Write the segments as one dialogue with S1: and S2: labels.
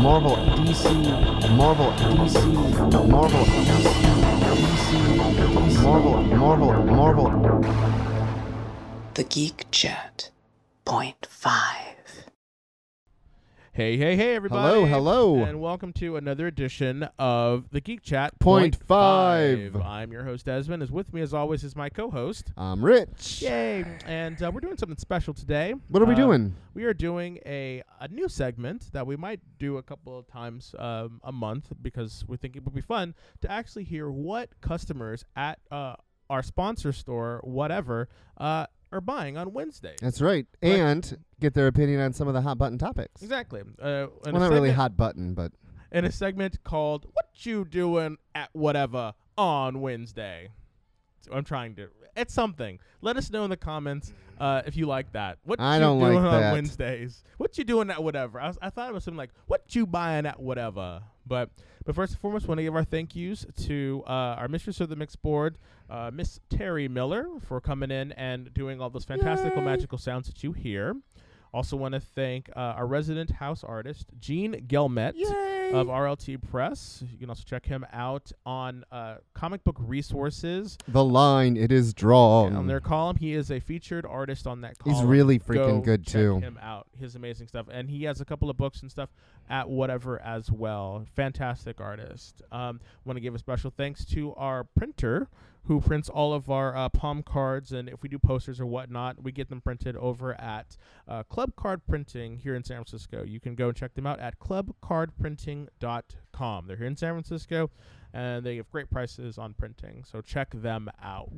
S1: Marvel DC Marvel DC Marvel DC Marvel Marvel Marvel
S2: The Geek Chat. Point five.
S3: Hey, hey, hey, everybody.
S1: Hello, hello.
S3: And welcome to another edition of the Geek Chat
S1: Point
S3: five.
S1: five.
S3: I'm your host, Desmond. As with me, as always, is my co host.
S1: I'm Rich.
S3: Yay. And uh, we're doing something special today.
S1: What are we
S3: Um,
S1: doing?
S3: We are doing a, a new segment that we might do a couple of times um, a month because we think it would be fun to actually hear what customers at uh, our sponsor store, whatever, uh, are buying on Wednesday.
S1: That's right. And get their opinion on some of the hot button topics.
S3: Exactly. Uh, in a
S1: Well, not really
S3: segment-
S1: hot button, but
S3: in a segment called "What You Doing at Whatever on Wednesday." So I'm trying to. It's something. Let us know in the comments uh, if you like that. What
S1: I
S3: you
S1: don't like
S3: doing on
S1: that.
S3: Wednesdays? What you doing at whatever? I, was, I thought it was something like "What you buying at whatever." But but first and foremost, want to give our thank yous to uh, our mistress of the mix board, uh, Miss Terry Miller, for coming in and doing all those fantastical
S1: Yay.
S3: magical sounds that you hear. Also, want to thank uh, our resident house artist, Gene Gelmet of RLT Press. You can also check him out on uh, Comic Book Resources
S1: the line it is drawn.
S3: on their column. He is a featured artist on that column.
S1: Oh. He's really
S3: Go
S1: freaking good
S3: check
S1: too.
S3: Him out, his amazing stuff, and he has a couple of books and stuff at whatever as well. Fantastic artist. Um, Want to give a special thanks to our printer who prints all of our uh, palm cards, and if we do posters or whatnot, we get them printed over at uh, Club Card Printing here in San Francisco. You can go and check them out at clubcardprinting.com. They're here in San Francisco. And they give great prices on printing, so check them out.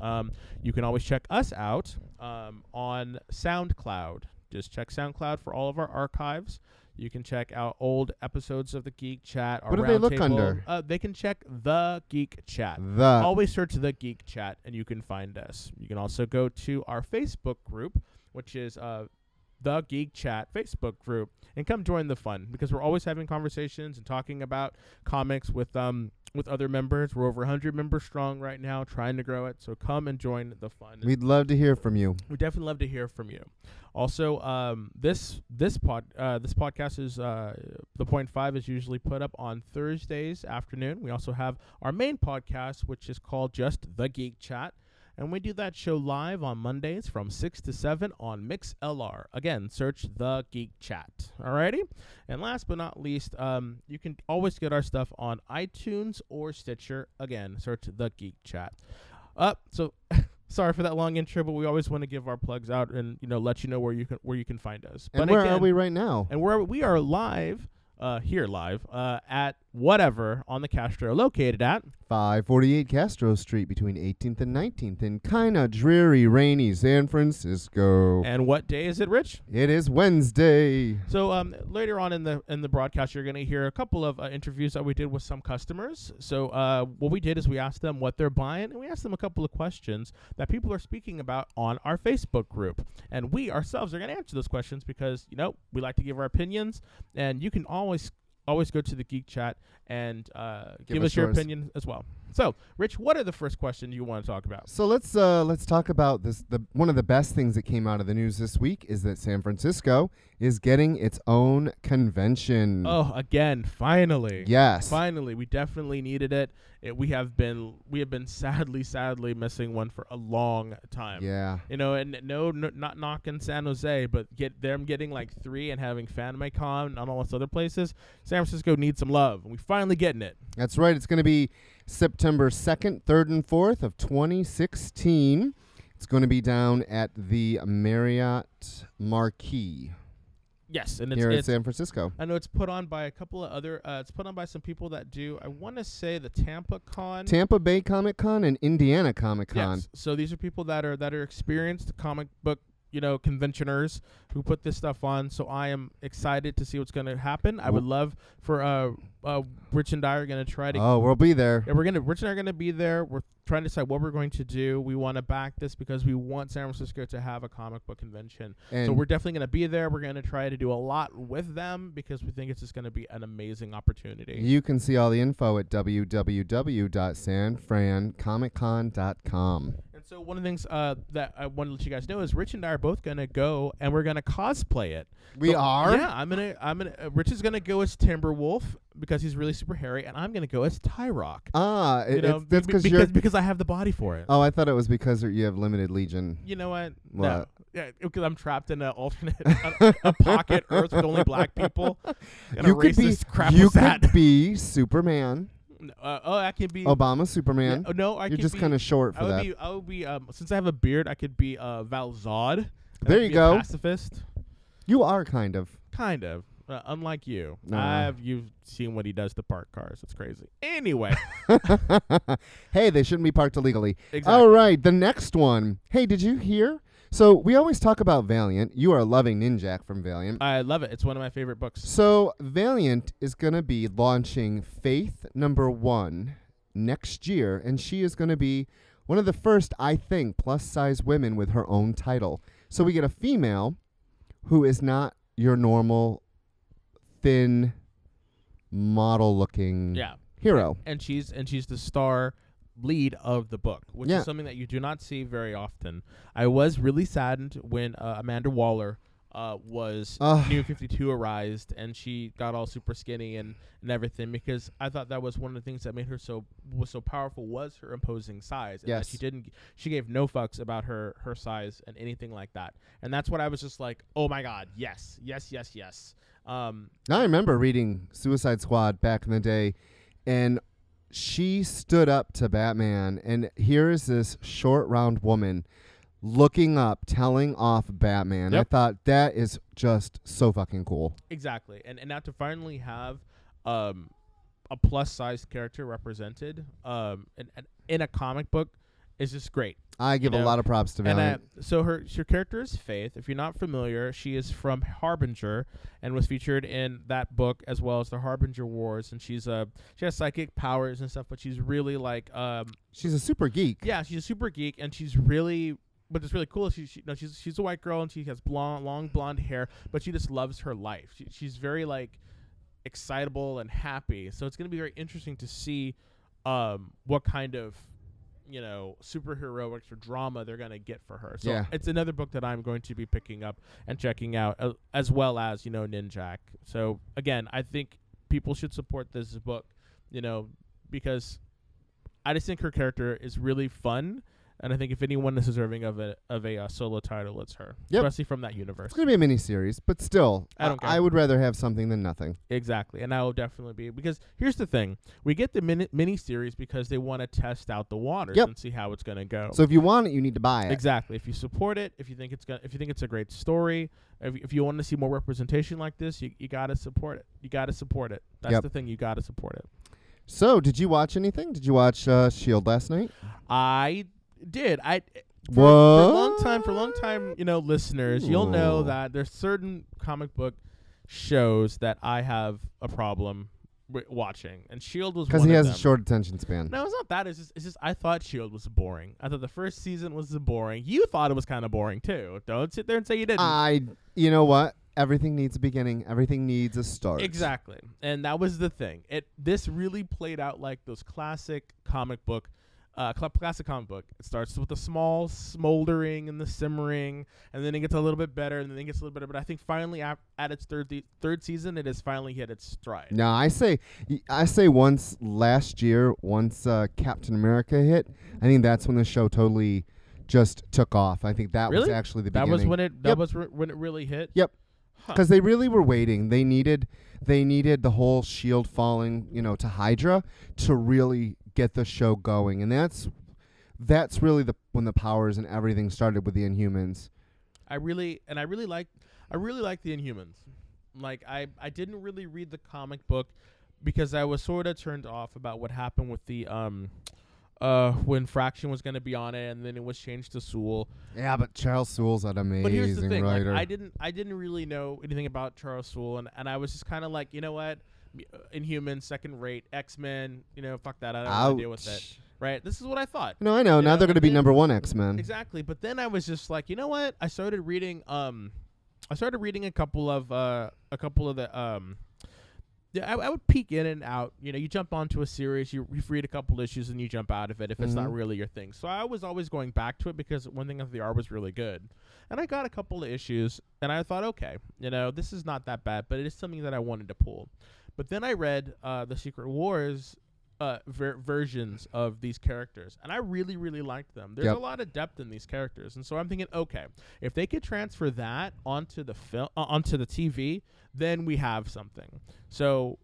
S3: Um, you can always check us out um, on SoundCloud. Just check SoundCloud for all of our archives. You can check out old episodes of the Geek Chat. Our
S1: What do they look
S3: roundtable.
S1: under?
S3: Uh, they can check the Geek Chat.
S1: The
S3: Always search the Geek Chat, and you can find us. You can also go to our Facebook group, which is uh, the Geek Chat Facebook group, and come join the fun because we're always having conversations and talking about comics with um with other members. We're over 100 members strong right now, trying to grow it. So come and join the fun.
S1: We'd love to hear from you.
S3: We definitely love to hear from you. Also, um, this this pod uh, this podcast is uh, the point five is usually put up on Thursdays afternoon. We also have our main podcast, which is called just the Geek Chat, and we do that show live on Mondays from six to seven on Mix LR. Again, search the Geek Chat. Alrighty, and last but not least, um, you can always get our stuff on iTunes or Stitcher. Again, search the Geek Chat. Up so sorry for that long intro, but we always want to give our plugs out and you know let you know where you can where you can find us.
S1: And
S3: but
S1: where
S3: again,
S1: are we right now?
S3: And where we are live, uh, here live uh, at whatever on the Castro located at.
S1: 548 Castro Street between 18th and 19th in kinda dreary, rainy San Francisco.
S3: And what day is it, Rich?
S1: It is Wednesday.
S3: So um, later on in the in the broadcast, you're going to hear a couple of uh, interviews that we did with some customers. So uh, what we did is we asked them what they're buying, and we asked them a couple of questions that people are speaking about on our Facebook group, and we ourselves are going to answer those questions because you know we like to give our opinions, and you can always always go to the Geek Chat and uh, give,
S1: us
S3: us your
S1: yours.
S3: opinion as well. So, Rich, what are the first questions you want to talk about?
S1: So let's uh, let's talk about this. The one of the best things that came out of the news this week is that San Francisco is getting its own convention.
S3: Oh, again, finally.
S1: yes,
S3: Finally, we definitely needed it. it. We have been we have been sadly, sadly missing one for a long time.
S1: yeah.
S3: You know, and no, no, not knocking San Jose, but get them getting like three and having FanMayCon and all those other places. San Francisco needs some love, and we finally getting it.
S1: That's right. It's going to be September 2nd, 3rd, and 4th of 2016. It's going to be down at the Marriott Marquis
S3: Yes, and it's,
S1: here in
S3: it's
S1: San Francisco.
S3: I know it's put on by a couple of other. Uh, it's put on by some people that do. I want to say the Tampa Con.
S1: Tampa Bay Comic Con and Indiana Comic Con.
S3: Yes. So these are people that are that are experienced comic book, you know, conventioners who put this stuff on. So I am excited to see what's going to happen. I would love for uh, uh Rich and I are going to try to.
S1: Oh, we'll be there.
S3: and we're gonna Rich and I are gonna be there. We're trying to decide what we're going to do. We want to back this because we want San Francisco to have a comic book convention. so
S1: And-
S3: we're definitely gonna be there. We're gonna try to do a lot with them because we think it's just gonna be an amazing opportunity.
S1: You can see all the info at www.sanfrancomiccon.com.
S3: And And so one of the things uh, that I want to let you guys know is Rich and I are both gonna go and we're gonna cosplay it.
S1: We
S3: So-
S1: are.
S3: Yeah, I'm gonna. I'm gonna. Uh, Rich is gonna go as Timberwolf because he's really super hairy, and I'm gonna go as Tyrock.
S1: Ah, it,
S3: you know,
S1: it's, that's
S3: be-
S1: because you're.
S3: because because I have the body for it.
S1: Oh, I thought it was because you have limited legion.
S3: You know what? No.
S1: What?
S3: Yeah, because I'm trapped in an alternate, a, a pocket Earth with only black people. And a
S1: you could be.
S3: racist crap
S1: you
S3: was that?
S1: could be Superman.
S3: Uh, oh, I can be.
S1: Obama
S3: yeah,
S1: Superman.
S3: oh, no, I
S1: you're
S3: could
S1: just
S3: be-
S1: kind of short
S3: I
S1: for
S3: would
S1: that.
S3: be. I would be. Um, since I have a beard, I could be uh, Val Zod. and I
S1: There
S3: could
S1: you
S3: be a
S1: go.
S3: Pacifist,
S1: You are kind of.
S3: kind of. Uh, unlike you,
S1: No.
S3: I've you've seen what he does to park cars. It's crazy. Anyway,
S1: hey, they shouldn't be parked illegally.
S3: exactly.
S1: All right, the next one. Hey, did you hear? So we always talk about Valiant. You are loving Ninjak from Valiant.
S3: I love it. It's one of my favorite books.
S1: So Valiant is going to be launching Faith number 1 next year and she is going to be one of the first I think plus-size women with her own title. So we get a female who is not your normal thin model looking
S3: Yeah,
S1: hero.
S3: and she's and she's the star lead of the book, which
S1: Yeah.
S3: is something that you do not see very often. I was really saddened when uh, Amanda Waller uh, was
S1: Ugh.
S3: New Fifty Two arised, and she got all super skinny and and everything because I thought that was one of the things that made her so was so powerful was her imposing size. And that
S1: Yes.
S3: she didn't. g- She gave no fucks about her her size and anything like that. And that's what I was just like, oh my god, yes, yes, yes, yes. Um,
S1: Now I remember reading Suicide Squad back in the day, and she stood up to Batman, and here is this short, round woman looking up, telling off Batman. I
S3: Yep.
S1: thought that is just so fucking cool.
S3: Exactly, and and now to finally have um, a plus sized character represented um, in, in- in a comic book is just great.
S1: I give a
S3: know,
S1: lot of props to
S3: And uh,
S1: Valiant.
S3: so her her character is Faith. If you're not familiar, she is from Harbinger and was featured in that book as well as the Harbinger Wars. And she's uh, she has psychic powers and stuff, but she's really like um,
S1: She's a super geek.
S3: yeah, she's a super geek, and she's really. But it's really cool. She, she no, she's she's a white girl, and she has blonde, long blonde hair. But she just loves her life. She, she's very like excitable and happy. So it's gonna be very interesting to see um, what kind of you know superheroics or drama they're gonna get for her. So
S1: Yeah.
S3: it's another book that I'm going to be picking up and checking out, uh, as well as you know Ninjak. So again, I think people should support this book. You know because I just think her character is really fun, and I think if anyone is deserving of a of a uh, solo title, it's her,
S1: Yep.
S3: especially from that universe.
S1: It's gonna be a miniseries, but still,
S3: I don't care.
S1: I would rather have something than nothing.
S3: Exactly, and I will definitely be because here's the thing: we get the mini mini series because they want to test out the waters
S1: Yep.
S3: and see how it's gonna go.
S1: So if you want it, you need to buy it.
S3: Exactly. If you support it, if you think it's gonna, if you think it's a great story, if, if you want to see more representation like this, you, you gotta support it. You gotta support it. That's
S1: Yep.
S3: the thing. You gotta support it.
S1: So did you watch anything? Did you watch uh, Shield last night?
S3: I did. I for, for a
S1: What?
S3: long time, for a long time, you know, listeners, you'll know
S1: Ooh.
S3: that there's certain comic book shows that I have a problem wi- watching, and Shield E was
S1: Because
S3: one
S1: he
S3: of
S1: has
S3: them.
S1: a short attention span.
S3: no, it's not that. It's just, it's just I thought Shield was boring. I thought the first season was boring. You thought it was kind of boring too. Don't sit there and say you didn't.
S1: I, you know what? Everything needs a beginning. Everything needs a start.
S3: Exactly. And that was the thing. It this really played out like those classic comic book uh, cl- classic comic book. It starts with the small smoldering and the simmering, and then it gets a little bit better, and then it gets a little better. But I think finally, at, at its third the third season, it has finally hit its stride.
S1: No, I say, I say once last year, once uh, Captain America hit, I think that's when the show totally just took off. I think that was
S3: Really?
S1: actually the
S3: that
S1: beginning.
S3: was when it. That
S1: Yep.
S3: was re- when it really hit.
S1: Yep.
S3: Huh.
S1: because they really were waiting. They needed, they needed the whole Shield falling, you know, to Hydra to really get the show going, and that's, that's really the when the powers and everything started with the Inhumans.
S3: I really and I really like I really like the Inhumans. Like I I didn't really read the comic book because I was sort of turned off about what happened with the um uh when Fraction was going to be on it and then it was changed to Sewell.
S1: Yeah, but Charles Sewell's an amazing
S3: But here's the thing, like
S1: writer.
S3: I didn't I didn't really know anything about Charles Sewell and and I was just kind of like, you know what? uh, Inhumans, second rate, X-Men, you know, fuck that. I don't want to deal with it.
S1: Ouch.
S3: Right? This is what I thought.
S1: No, I know.
S3: You
S1: now
S3: know,
S1: they're going to
S3: but
S1: be
S3: then-
S1: number one X Men.
S3: Exactly. But then I was just like, you know what? I started reading um I started reading a couple of uh a couple of the um yeah, I, I would peek in and out. You know, you jump onto a series, you, you read a couple issues, and you jump out of it if it's not
S1: Mhm.
S3: really your thing. So I was always going back to it because one thing of the art was really good, and I got a couple of issues, and I thought, okay, you know, this is not that bad, but it is something that I wanted to pull. But then I read uh, the Secret Wars. Uh, ver- versions of these characters, and I really, really liked them. There's
S1: Yep.
S3: a lot of depth in these characters, and so I'm thinking, okay, if they could transfer that onto the film, uh, onto the TV, then we have something. So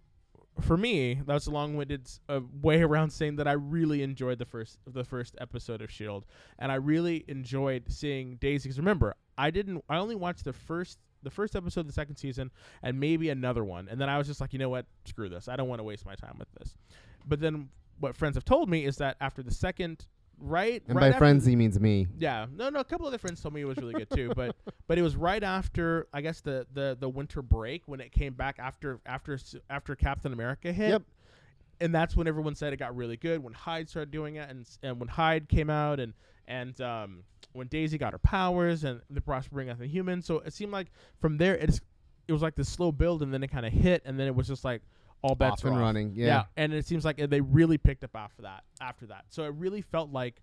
S3: for me, that's a long-winded s- uh, way around saying that I really enjoyed the first the first episode of Shield, and I really enjoyed seeing Daisy. Because remember, I didn't. I only watched the first the first episode of the second season and maybe another one, and then I was just like, you know what, screw this. I don't want to waste my time with this. But then what friends have told me is that after the second. Right,
S1: And
S3: right
S1: by
S3: after-
S1: friends, he means me.
S3: yeah, no, no. A couple other friends told me it was really good too, but but it was right after I guess the the the winter break when it came back after after s- after Captain America hit.
S1: Yep.
S3: And that's when everyone said it got really good when Hyde started doing it, and s- and when Hyde came out, and and um, when Daisy got her powers, and the process bringing out the human. So it seemed like from there it's it was like this slow build, and then it kind of hit, and then it was just like all bets
S1: Off
S3: are
S1: and
S3: off
S1: running. Yeah.
S3: and it seems like they really picked up after that. After that, so it really felt like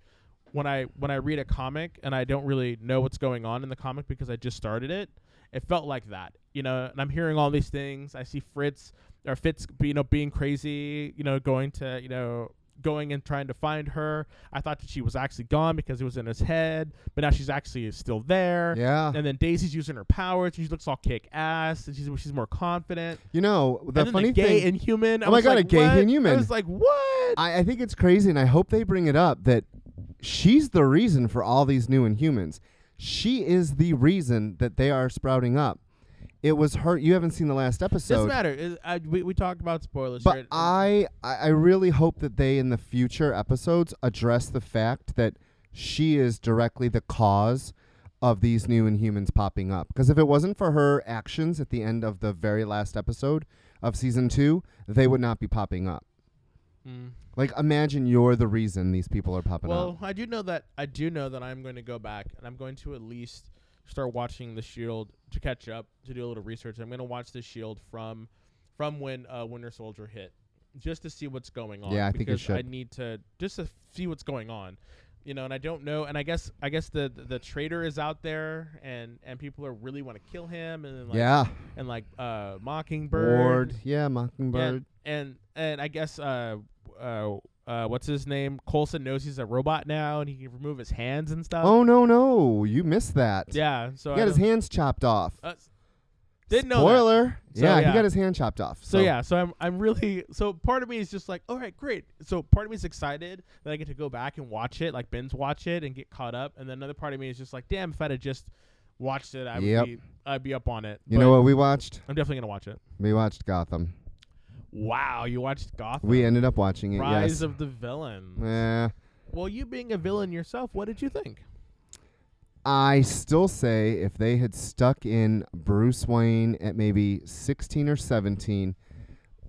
S3: when I when I read a comic and I don't really know what's going on in the comic because I just started it, it felt like that, you know. And I'm hearing all these things. I see Fritz or Fitz, you know, being crazy, you know, going to you know going and trying to find her. I thought that she was actually gone because it was in his head, but now she's actually still there.
S1: Yeah.
S3: And then Daisy's using her powers. And she looks all kick ass, and she's she's more confident
S1: You know, the
S3: and then
S1: funny
S3: the gay
S1: thing.
S3: inhuman. I
S1: Oh my
S3: was
S1: God,
S3: like,
S1: a gay
S3: what? I
S1: inhuman.
S3: was like, what?
S1: I, I think it's crazy, and I hope they bring it up that she's the reason for all these new Inhumans. She is the reason that they are sprouting up. It was her. You haven't seen the last
S3: Doesn't
S1: episode,
S3: matter. Is- I- we, we talked about spoilers.
S1: but
S3: here.
S1: I, I I really hope that they in the future episodes address the fact that she is directly the cause of these new Inhumans popping up. Because if it wasn't for her actions at the end of the very last episode of season two, they would not be popping up.
S3: Mm.
S1: Like, imagine you're the reason these people are popping up.
S3: well, I do know that I do know that I'm going to go back and I'm going to at least start watching the Shield to catch up to do a little research. I'm going to watch the Shield from from when uh, Winter Soldier hit, just to see what's going on.
S1: Yeah, I think you
S3: because I
S1: should.
S3: need to just to see what's going on. You know, and I don't know, and I guess I guess the the, the traitor is out there, and and people are really want to kill him, and then like
S1: yeah.
S3: and like uh
S1: Bird.
S3: Mockingbird.
S1: Yeah, Mockingbird.
S3: And, and and I guess uh uh uh what's his name? Colson knows he's a robot now and he can remove his hands and stuff.
S1: oh no, no, you missed that.
S3: yeah. So
S1: he
S3: I
S1: got his
S3: don't-
S1: hands chopped off.
S3: uh, s- didn't know that.
S1: Spoiler.
S3: So,
S1: yeah,
S3: yeah.
S1: he got his hand chopped off.
S3: So, yeah, so I'm I'm really so part of me is just like, all right, great. So part of me is excited that I get to go back and watch it, like binge watch it and get caught up, and then another part of me is just like, damn, if I'd have just watched it, I would
S1: Yep.
S3: be I'd be up on it.
S1: You
S3: But
S1: know what we watched?
S3: I'm definitely gonna watch it.
S1: We watched Gotham.
S3: Wow, you watched Gotham.
S1: We ended up watching it.
S3: Rise
S1: yes.
S3: of the Villain.
S1: Eh,
S3: Well, you being a villain yourself, what did you think?
S1: I still say if they had stuck in Bruce Wayne at maybe 16 or 17,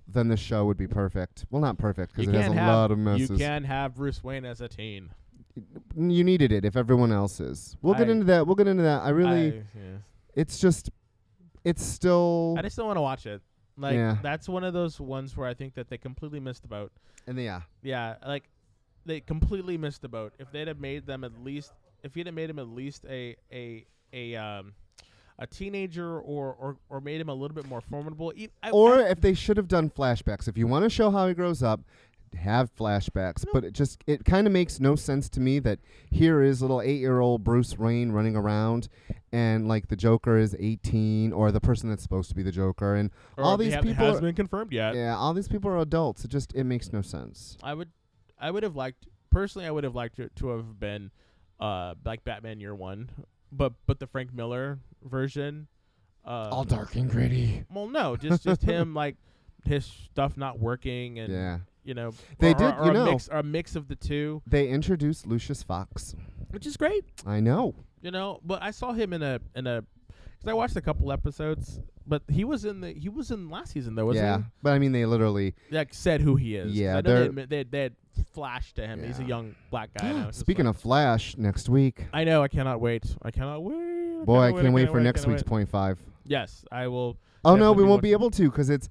S1: then the show would be perfect. Well, not perfect because
S3: You
S1: it has a
S3: can't have-
S1: lot of messes.
S3: You can have Bruce Wayne as a teen.
S1: You needed it if everyone else is. We'll get
S3: I-
S1: into that. We'll get into that. I really,
S3: I, yeah.
S1: it's just, it's still
S3: I just don't want to watch it. Like
S1: Yeah.
S3: that's one of those ones where I think that they completely missed the boat.
S1: And yeah,
S3: Yeah, like they completely missed the boat. If they'd have made them at least, if you'd have made him at least a a a um a teenager or or, or made him a little bit more formidable. e- I-
S1: or
S3: I-
S1: if they should have done flashbacks. If you want to show how he grows up, have flashbacks.
S3: No.
S1: But it just it kind of makes no sense to me that here is little eight year old Bruce Wayne running around, and like the Joker is eighteen, or the person that's supposed to be the Joker, and
S3: or
S1: all
S3: they
S1: these
S3: ha-
S1: people
S3: has
S1: are-
S3: been confirmed yet.
S1: yeah, all these people are adults. It just it makes no sense.
S3: I would, I would have liked personally. I would have liked it to have been, uh, like Batman Year One, but but the Frank Miller version. Uh,
S1: all dark and gritty.
S3: Well, no, just just him like his stuff not working and
S1: Yeah,
S3: you know
S1: They
S3: or-
S1: did,
S3: or
S1: you
S3: a
S1: know.
S3: mix or a mix of the two,
S1: they introduced Lucius Fox.
S3: which is great,
S1: I know.
S3: you know. But I saw him in a in a because I watched a couple episodes, but he was in the he was in last season though, wasn't
S1: yeah, but I mean they literally
S3: he? Like said who he is. 'Cause
S1: Yeah,
S3: I know
S1: they're-
S3: they admit- they they had flashed to him. He's a
S1: Yeah.
S3: young black guy. and I was just
S1: Speaking
S3: like-
S1: of Flash, next week.
S3: I know. I cannot wait. I cannot wait.
S1: Boy, I
S3: cannot
S1: can't wait
S3: cannot
S1: for next
S3: cannot
S1: week's
S3: wait.
S1: point five.
S3: Yes, I will.
S1: Oh no,
S3: Definitely
S1: we won't
S3: watch-
S1: be able to because it's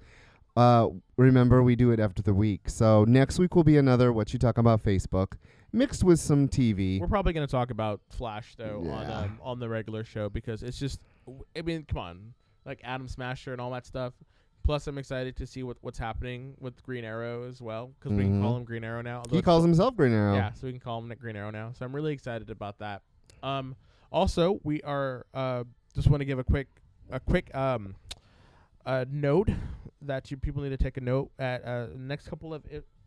S1: Uh, remember, we do it after the week. So next week will be another What You Talk About Facebook mixed with some TV.
S3: We're probably going to talk about Flash though on
S1: Yeah.
S3: um, on the regular show because it's just w- I mean, come on. Like Adam Smasher and all that stuff. Plus I'm excited to see what what's happening with Green Arrow as well cuz we can
S1: Mhm.
S3: call him Green Arrow now. although
S1: He
S3: it's-
S1: calls himself Green Arrow.
S3: Yeah, so we can call him Nick Green Arrow now. So I'm really excited about that. Um, also, we are uh, just want to give a quick a quick um, uh, note that you people need to take a note at uh, the next couple of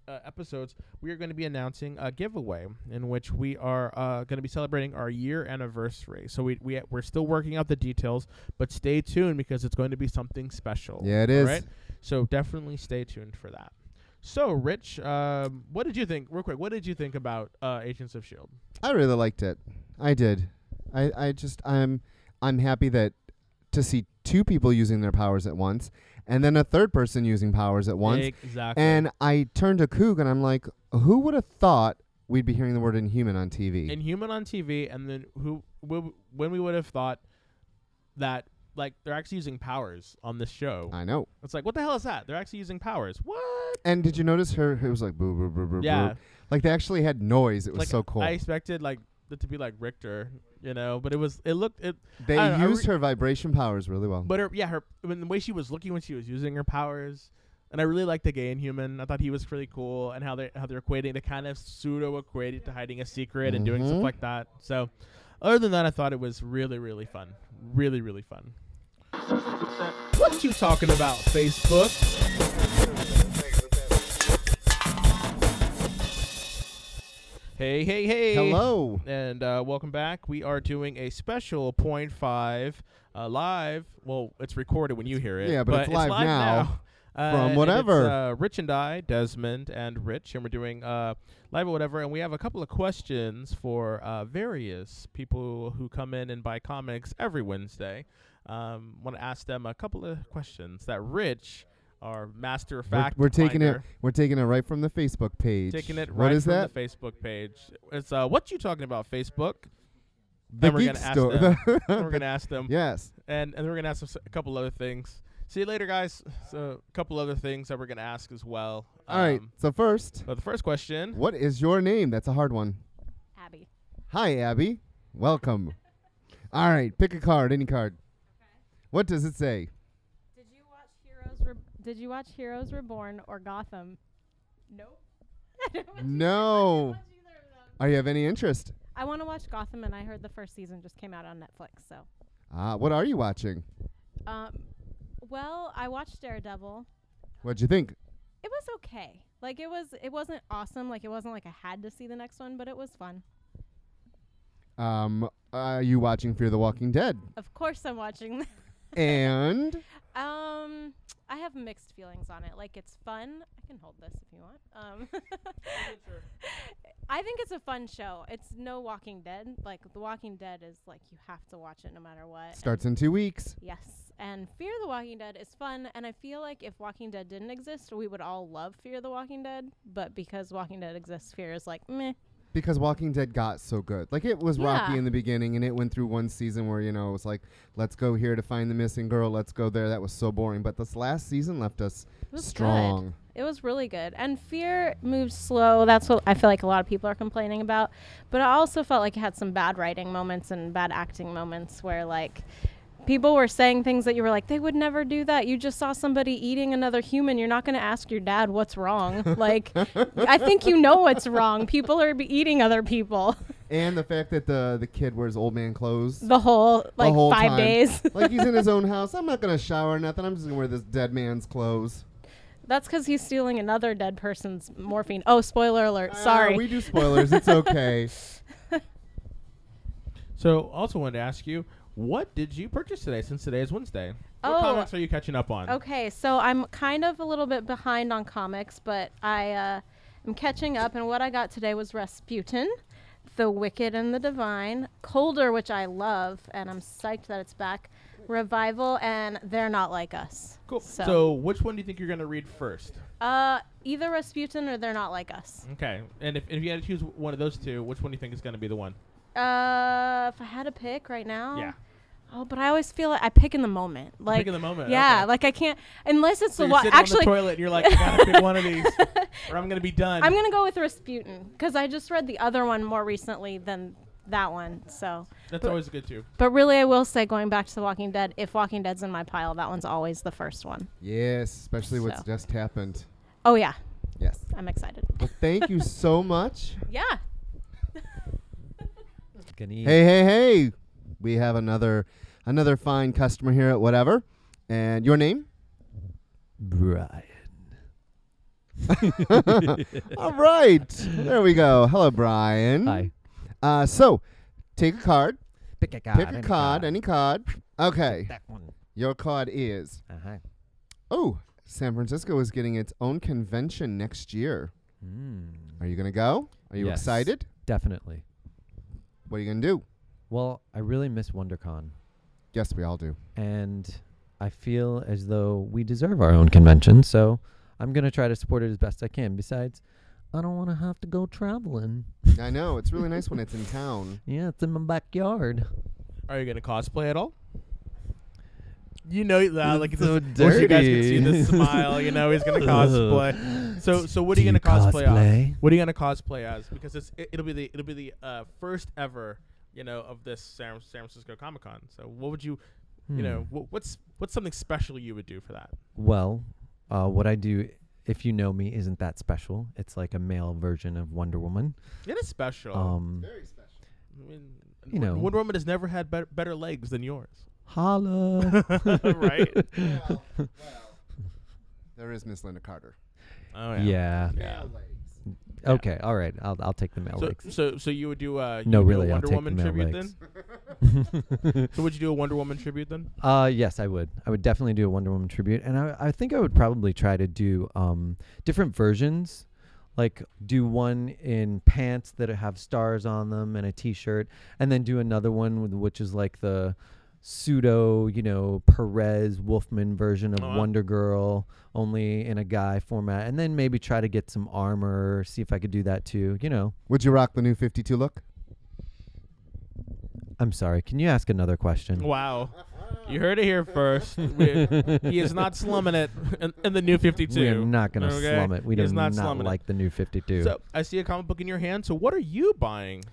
S3: i uh, episodes. We are going to be announcing a giveaway in which we are uh, going to be celebrating our year anniversary. So we we we're still working out the details, but stay tuned because it's going to be something special.
S1: Yeah, it
S3: All
S1: is.
S3: right. So definitely stay tuned for that. So, Rich, um, what did you think, real quick? What did you think about uh, Agents of Shield?
S1: I really liked it. I did. I, I just I'm I'm happy that to see two people using their powers at once and then a third person using powers at once.
S3: exactly.
S1: And I turned to Coog and I'm like, who would have thought we'd be hearing the word inhuman on TV?
S3: Inhuman on TV, and then who? wh- When we would have thought that like they're actually using powers on this show?
S1: I know.
S3: It's like what the hell is that? They're actually using powers. What?
S1: And did you notice her? It was like boo boo boo boo
S3: Yeah.
S1: boo. Like they actually had noise. It was
S3: like,
S1: so cool.
S3: I expected like it to be like Richter, you know, but it was it looked it
S1: they
S3: I don't know, I
S1: used
S3: re-
S1: her vibration powers really well.
S3: But her, yeah, her when the way she was looking when she was using her powers, and I really liked the gay Inhuman. I thought he was pretty cool, and how they how they're equating the kind of pseudo equate it to hiding a secret and doing stuff
S1: Mhm.
S3: like that. So, other than that, I thought it was really really fun, really really fun. What you talking about, Facebook? Hey hey hey!
S1: Hello.
S3: and uh, welcome back. We are doing a special point five uh, live. Well, it's recorded when you hear it.
S1: Yeah, but it's live now
S3: now.
S1: from
S3: Uh, and
S1: whatever.
S3: it's, uh, Rich and I, Desmond and Rich, and we're doing uh, live or whatever. And we have a couple of questions for uh, various people who come in and buy comics every Wednesday. Um, Want to ask them a couple of questions that Rich, our master
S1: We're,
S3: fact,
S1: we're taking
S3: finder,
S1: it. We're taking it right from the Facebook page.
S3: Taking it right
S1: What is
S3: from
S1: that?
S3: the Facebook page. It's uh, what you talking about Facebook?
S1: The
S3: and we're
S1: Geek
S3: gonna ask
S1: Store.
S3: them. And we're gonna ask them,
S1: yes.
S3: and and we're gonna ask them s- a couple other things. See you later, guys. So a couple other things that we're gonna ask as well.
S1: All right.
S3: Um,
S1: So first,
S3: But the first question.
S1: what is your name? That's a hard one.
S4: Abby.
S1: Hi, Abby. Welcome. All right. Pick a card. Any card. What does it say?
S4: Did you watch Heroes? Re- did you watch Heroes Reborn or Gotham? Nope. I didn't watch-
S1: No.
S4: I didn't watch either of them.
S1: Are you have any interest?
S4: I want to watch Gotham, and I heard the first season just came out on Netflix. So,
S1: Ah, what are you watching?
S4: um, well, I watched Daredevil.
S1: What'd you think?
S4: It was okay. Like it was, it wasn't awesome. Like it wasn't like I had to see the next one, but it was fun.
S1: Um, are you watching Fear the Walking Dead?
S4: Of course, I'm watching.
S1: And
S4: um, I have mixed feelings on it. Like it's fun. I can hold this if you want. Um, I think it's a fun show. It's no Walking Dead. Like The Walking Dead is like you have to watch it no matter what.
S1: starts in two weeks.
S4: And- yes. And Fear the Walking Dead is fun and I feel like if Walking Dead didn't exist, we would all love Fear the Walking Dead, but because Walking Dead exists, fear is like meh.
S1: because Walking Dead got so good. Like it was rocky
S4: Yeah.
S1: in the beginning, and it went through one season where you know it was like, let's go here to find the missing girl, let's go there. That was so boring. But this last season left us
S4: It was
S1: strong.
S4: Good. It was really good. And Fear moves slow. That's what I feel like a lot of people are complaining about. But I also felt like it had some bad writing moments and bad acting moments where, like, people were saying things that you were like, they would never do that. You just saw somebody eating another human. You're not going to ask your dad what's wrong. like, I think you know what's wrong. People are be eating other people
S1: And the fact that the the kid wears old man clothes
S4: the whole, like,
S1: whole
S4: five
S1: time.
S4: days.
S1: like he's in his own house. I'm not gonna shower or nothing. I'm just gonna wear this dead man's clothes.
S4: That's because he's stealing another dead person's morphine. Oh, spoiler alert.
S1: Ah,
S4: Sorry.
S1: we do spoilers. it's okay.
S3: So also wanted to ask you, what did you purchase today? Since today is Wednesday. What
S4: Oh.
S3: comics are you catching up on?
S4: Okay, so I'm kind of a little bit behind on comics, but I uh, am catching up. And what I got today was Rasputin, The Wicked and the Divine, Colder, which I love, and I'm psyched that it's back, Revival, and They're Not Like Us.
S3: Cool.
S4: So,
S3: so which one do you think you're gonna read first?
S4: uh, either Rasputin or They're Not Like Us.
S3: Okay. And if, if you had to choose one of those two, which one do you think is gonna be the one?
S4: Uh, if I had a pick right now, Oh, but I always feel like I pick in the moment. Like
S3: in the moment,
S4: Yeah,
S3: okay.
S4: like I can't unless it's
S3: So
S4: the
S3: you're
S4: wa-
S3: sitting
S4: actually.
S3: on the toilet and you're like, I gotta pick one of these, or I'm gonna be done.
S4: I'm gonna go with Rasputin because I just read the other one more recently than that one. So,
S3: That's
S4: but-
S3: always good too.
S4: but really, I will say going back to The Walking Dead. If Walking Dead's in my pile, that one's always the first one.
S1: Yes, especially what's
S4: So.
S1: just happened.
S4: Oh yeah,
S1: Yes.
S4: I'm excited.
S1: Well, thank you so much.
S4: Yeah.
S5: Gonna eat.
S1: Hey, hey, hey. We have another another fine customer here at whatever. And your name?
S5: Brian.
S1: All right. There we go. Hello, Brian.
S5: Hi.
S1: Uh, so, take a card.
S5: Pick a card.
S1: pick a card, any card. Okay.
S5: That one.
S1: Your card is.
S5: Uh huh.
S1: Oh, San Francisco is getting its own convention next year.
S5: Mm,
S1: Are you going to go? Are you
S5: Yes.
S1: excited?
S5: definitely.
S1: What are you going to do?
S5: Well, I really miss WonderCon,
S1: Yes, we all do.
S5: and I feel as though we deserve our own convention. So I'm gonna try to support it as best I can. Besides, I don't want to have to go traveling.
S1: I know. It's really nice when it's in town.
S5: Yeah, it's in my backyard.
S3: Are you gonna cosplay at all? You know, uh,
S5: It's
S3: like it's
S5: so
S3: just- I wish you guys can see
S5: dirty.
S3: the smile. You know, he's gonna cosplay. So, so what are you
S5: Do
S3: gonna cosplay,
S5: cosplay?
S3: as? What are you gonna cosplay as? Because it's it, will be the it'll be the uh, first ever you know of this San, San Francisco Comic Con. So, what would you you know
S5: Hmm.
S3: wh- what's what's something special you would do for that?
S5: Well, uh, what I do, if you know me, isn't that special. It's like a male version of Wonder Woman.
S3: It is special.
S5: Um,
S1: Oh, Very special.
S3: I mean,
S5: you know.
S3: Wonder Woman has never had better, better legs than yours,
S5: holla.
S3: right?
S1: Well, well, there is Miss Linda Carter.
S3: Oh
S5: yeah.
S3: Yeah.
S5: Okay. All right. I'll I'll take the male
S3: So,
S5: legs.
S3: so, so you would do uh, you
S5: No,
S3: would do
S5: really,
S3: a
S5: I'll
S3: Wonder
S5: take the
S3: Woman
S5: male
S3: tribute
S5: legs.
S3: then. so would you do a Wonder Woman tribute then?
S5: Uh, yes, I would. I would definitely do a Wonder Woman tribute, and I I think I would probably try to do um different versions. Like do one in pants that have stars on them and a T-shirt, and then do another one with, which is like the pseudo, you know, Perez Wolfman version of
S3: Oh, wow.
S5: Wonder Girl, only in a guy format, and then maybe try to get some armor. See if I could do that too. You know,
S1: Would you rock the new 52 look?
S5: I'm sorry. Can you ask another question?
S3: Wow. You heard it here first. We- he is not slumming it in, in the new 52.
S5: We are not going to
S3: okay?
S5: slum it. We
S3: He
S5: do
S3: is
S5: not,
S3: slumming it.
S5: like the new 52.
S3: So I see a comic book in your hand. So what are you buying?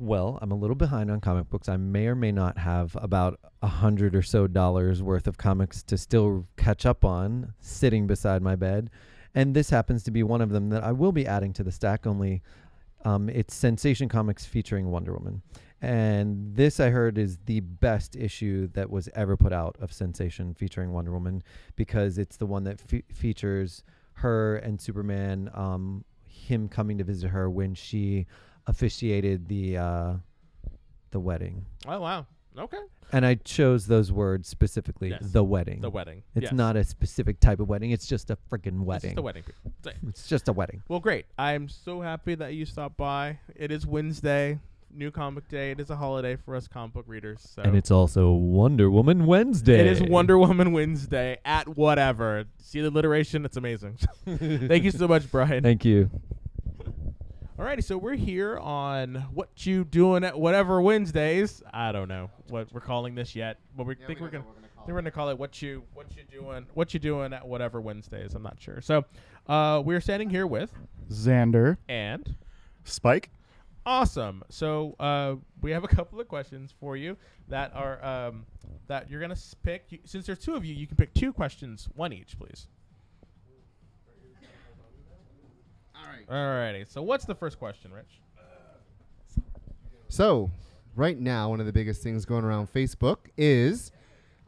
S5: well, I'm a little behind on comic books. I may or may not have about a hundred or so dollars worth of comics to still catch up on sitting beside my bed. And this happens to be one of them that I will be adding to the stack, only um, it's Sensation Comics featuring Wonder Woman. And this, I heard, is the best issue that was ever put out of Sensation featuring Wonder Woman because it's the one that fe- features her and Superman, um, him coming to visit her when she officiated the uh, the wedding.
S3: Oh wow. Okay.
S5: And I chose those words specifically,
S3: Yes.
S5: the wedding.
S3: The wedding.
S5: It's
S3: Yes.
S5: not a specific type of wedding. It's just a freaking
S3: It's
S5: wedding.
S3: just the wedding. It's like-
S5: It's just a wedding.
S3: Well, great. I'm so happy that you stopped by. It is Wednesday, new comic day. It is a holiday for us comic book readers. So
S5: And it's also Wonder Woman Wednesday.
S3: Oh. It is Wonder Woman Wednesday at whatever. See the alliteration? It's amazing. Thank you so much, Brian.
S5: Thank you.
S3: Alrighty, so we're here on what you doing at whatever Wednesdays. I don't know what we're calling this yet, but we think we're gonna, think we're gonna call it what you what you doing what you doing at whatever Wednesdays. I'm not sure. So, uh, we're standing here with
S6: Xander,
S3: and
S6: Spike.
S3: awesome. So uh, we have a couple of questions for you that are um, that you're gonna s- pick. You, since there's two of you, you can pick two questions, one each, please. Alrighty. So what's the first question, Rich?
S1: So, right now, one of the biggest things going around Facebook is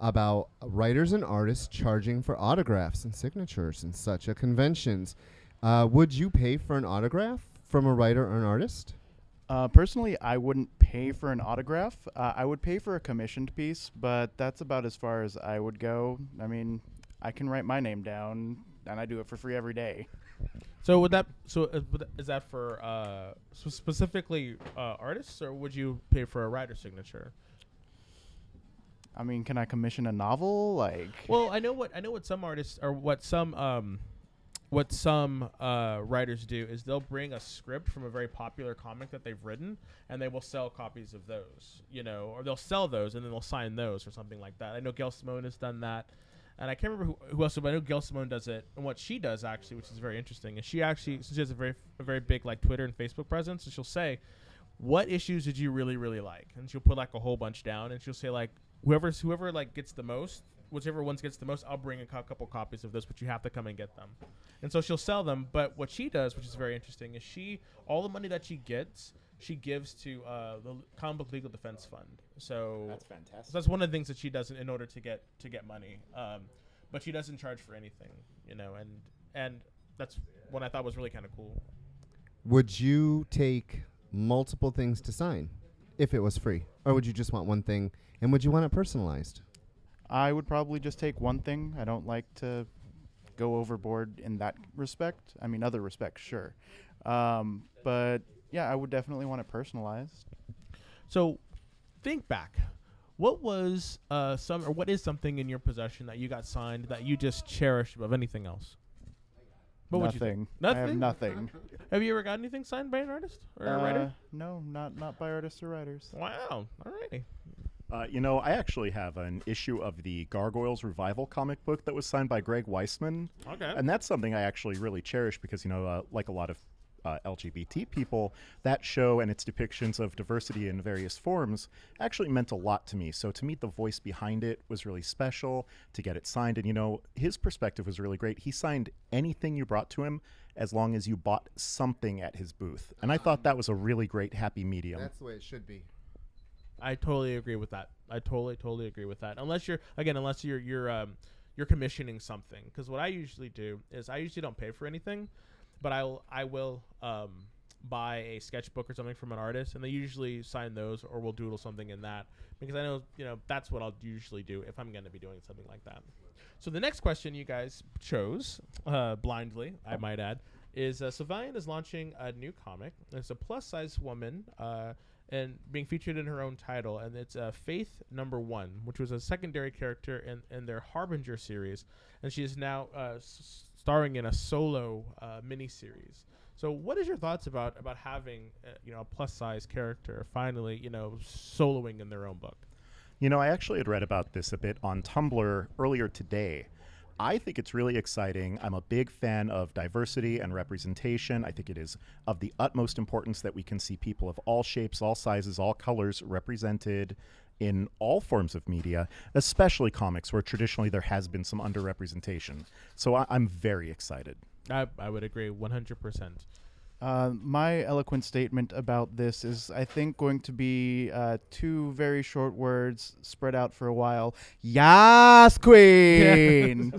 S1: about writers and artists charging for autographs and signatures and such at conventions. Uh, would you pay for an autograph from a writer or an artist?
S6: Uh, personally, I wouldn't pay for an autograph. Uh, I would pay for a commissioned piece, but that's about as far as I would go. I mean, I can write my name down, and I do it for free every day.
S3: So would that so uh, would that- is that for uh, sp- specifically uh, artists or would you pay for a writer signature?
S6: I mean, can I commission a novel? Like,
S3: Well, I know what I know what some artists or what some um, what some uh, writers do is they'll bring a script from a very popular comic that they've written, and they will sell copies of those, you know, or they'll sell those and then they'll sign those or something like that. I know Gail Simone has done that, and I can't remember who, who else, but I know Gail Simone does it. And what she does actually, which is very interesting, is she actually since she has a very a very big like Twitter and Facebook presence, and she'll say, "What issues did you really really like?" And she'll put like a whole bunch down, and she'll say like, "Whoever's whoever like gets the most." Whichever ones gets the most, I'll bring a cou- couple copies of this, but you have to come and get them. And so she'll sell them. But what she does, which is very interesting, is she all the money that she gets, she gives to uh, the L- Comic Book Legal Defense Fund. So
S7: That's
S3: so
S7: fantastic.
S3: that's one of the things that she does in, in order to get to get money. Um, but she doesn't charge for anything, you know, and and that's what I thought was really kind of cool.
S1: Would you take multiple things to sign if it was free? Or would you just want one thing? And would you want it personalized?
S6: I would probably just take one thing. I don't like to go overboard in that respect. I mean, other respects, sure. Um, but yeah, I would definitely want it personalized.
S3: So think back. What was uh, some or what is something in your possession that you got signed that you just cherish above anything else? What would you think?
S6: nothing. I have nothing.
S3: Have you ever got anything signed by an artist or a writer?
S6: Uh, No, not not by artists or writers.
S3: Wow. Alrighty.
S7: Uh, you know, I actually have an issue of the Gargoyles Revival comic book that was signed by Greg Weisman.
S3: Okay.
S7: And that's something I actually really cherish because, you know, uh, like a lot of uh, LGBT people, that show and its depictions of diversity in various forms actually meant a lot to me. So to meet the voice behind it was really special to get it signed. And, you know, his perspective was really great. He signed anything you brought to him as long as you bought something at his booth. And I thought that was a really great happy medium.
S1: the way it should be.
S3: I totally agree with that. I totally totally agree with that. Unless you're again, unless you're you're um, you're commissioning something. Because what I usually do is I usually don't pay for anything, but I'll I will um, buy a sketchbook or something from an artist, and they usually sign those or we'll doodle something in that because I know you know that's what I'll usually do if I'm going to be doing something like that. So the next question you guys chose uh, blindly, I might add, is uh, Sylvian is launching a new comic. It's a plus size woman uh, and being featured in her own title, and it's uh, Faith Number One, which was a secondary character in, in their Harbinger series, and she is now uh, s- starring in a solo uh, miniseries. So, what is your thoughts about about having uh, you know a plus size character finally you know soloing in their own book?
S7: You know, I actually had read about this a bit on Tumblr earlier today. I think it's really exciting. I'm a big fan of diversity and representation. I think it is of the utmost importance that we can see people of all shapes, all sizes, all colors represented in all forms of media, especially comics, where traditionally there has been some underrepresentation. So I- I'm very excited.
S3: I, I would agree 100. percent
S6: Uh, my eloquent statement about this is, I think, going to be uh, two very short words spread out for a while. Yas, queen.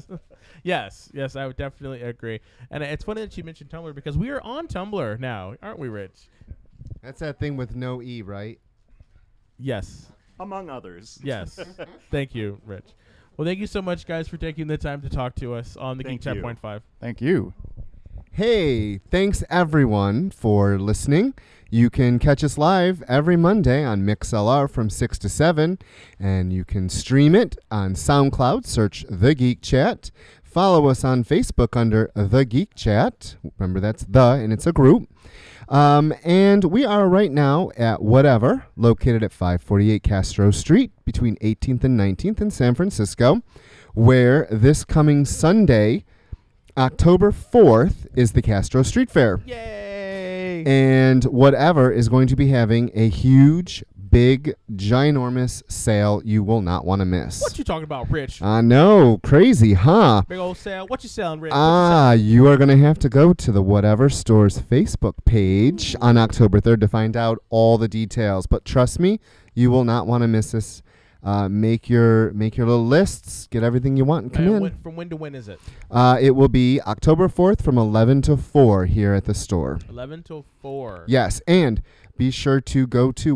S3: Yes, yes, I would definitely agree. And it's funny that you mentioned Tumblr because we are on Tumblr now, aren't we, Rich?
S1: That's that thing with no E, right?
S3: Yes,
S7: Among others.
S3: yes. thank you, Rich. Well, thank you so much, guys, for taking the time to talk to us on the
S7: Thank
S3: Geek Chat
S7: you.
S3: Point Five.
S6: Thank you.
S1: Hey, thanks everyone for listening. You can catch us live every Monday on MixLR from 6 to 7, and you can stream it on SoundCloud, search The Geek Chat. Follow us on Facebook under The Geek Chat. Remember, that's The, and it's a group. Um, and we are right now at Whatever, located at 548 Castro Street between 18th and 19th in San Francisco, where this coming Sunday, October 4th, is the Castro Street Fair.
S3: Yay!
S1: And Whatever is going to be having a huge, big, ginormous sale you will not want to
S3: what
S1: miss.
S3: you talking about, Rich?
S1: I know, crazy, huh?
S3: Big old sale. What you selling, Rich? What you selling?
S1: Ah, you are going to have to go to the Whatever Store's Facebook page on October 3rd to find out all the details. But trust me, you will not want to miss this. Uh, make your make your little lists, get everything you want, and come
S3: And
S1: in.
S3: when- from when to when is it?
S1: Uh, it will be October 4th from 11 to 4 here at the store.
S3: 11 till 4.
S1: Yes, and be sure to go to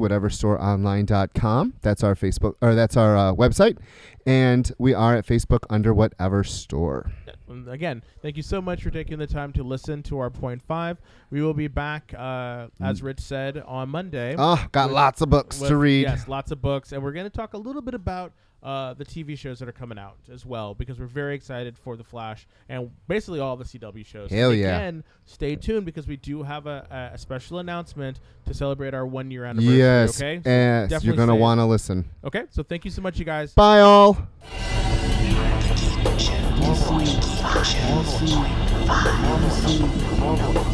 S1: whateverstoreonline.com. That's our Facebook or that's our uh, website, and we are at Facebook under Whatever Store.
S3: And Um, Again, thank you so much for taking the time to listen to our point five. We will be back, uh, as
S1: Mm.
S3: Rich said, on Monday.
S1: Oh, got
S3: With-
S1: lots of books to
S3: with-
S1: read.
S3: Yes, lots of books, and we're going to talk a little bit about uh, the TV shows that are coming out as well because we're very excited for The Flash and basically all the CW shows.
S1: Hell yeah.
S3: Again, stay tuned because we do have a, a, a special announcement to celebrate our one year anniversary.
S1: Yes.
S3: Okay. So
S1: Yes. You're
S3: definitely
S1: going to
S3: stay-
S1: want to listen.
S3: Okay. So thank you so much, you guys.
S1: Bye, all.
S2: The Geek Jet. Point five. Point five.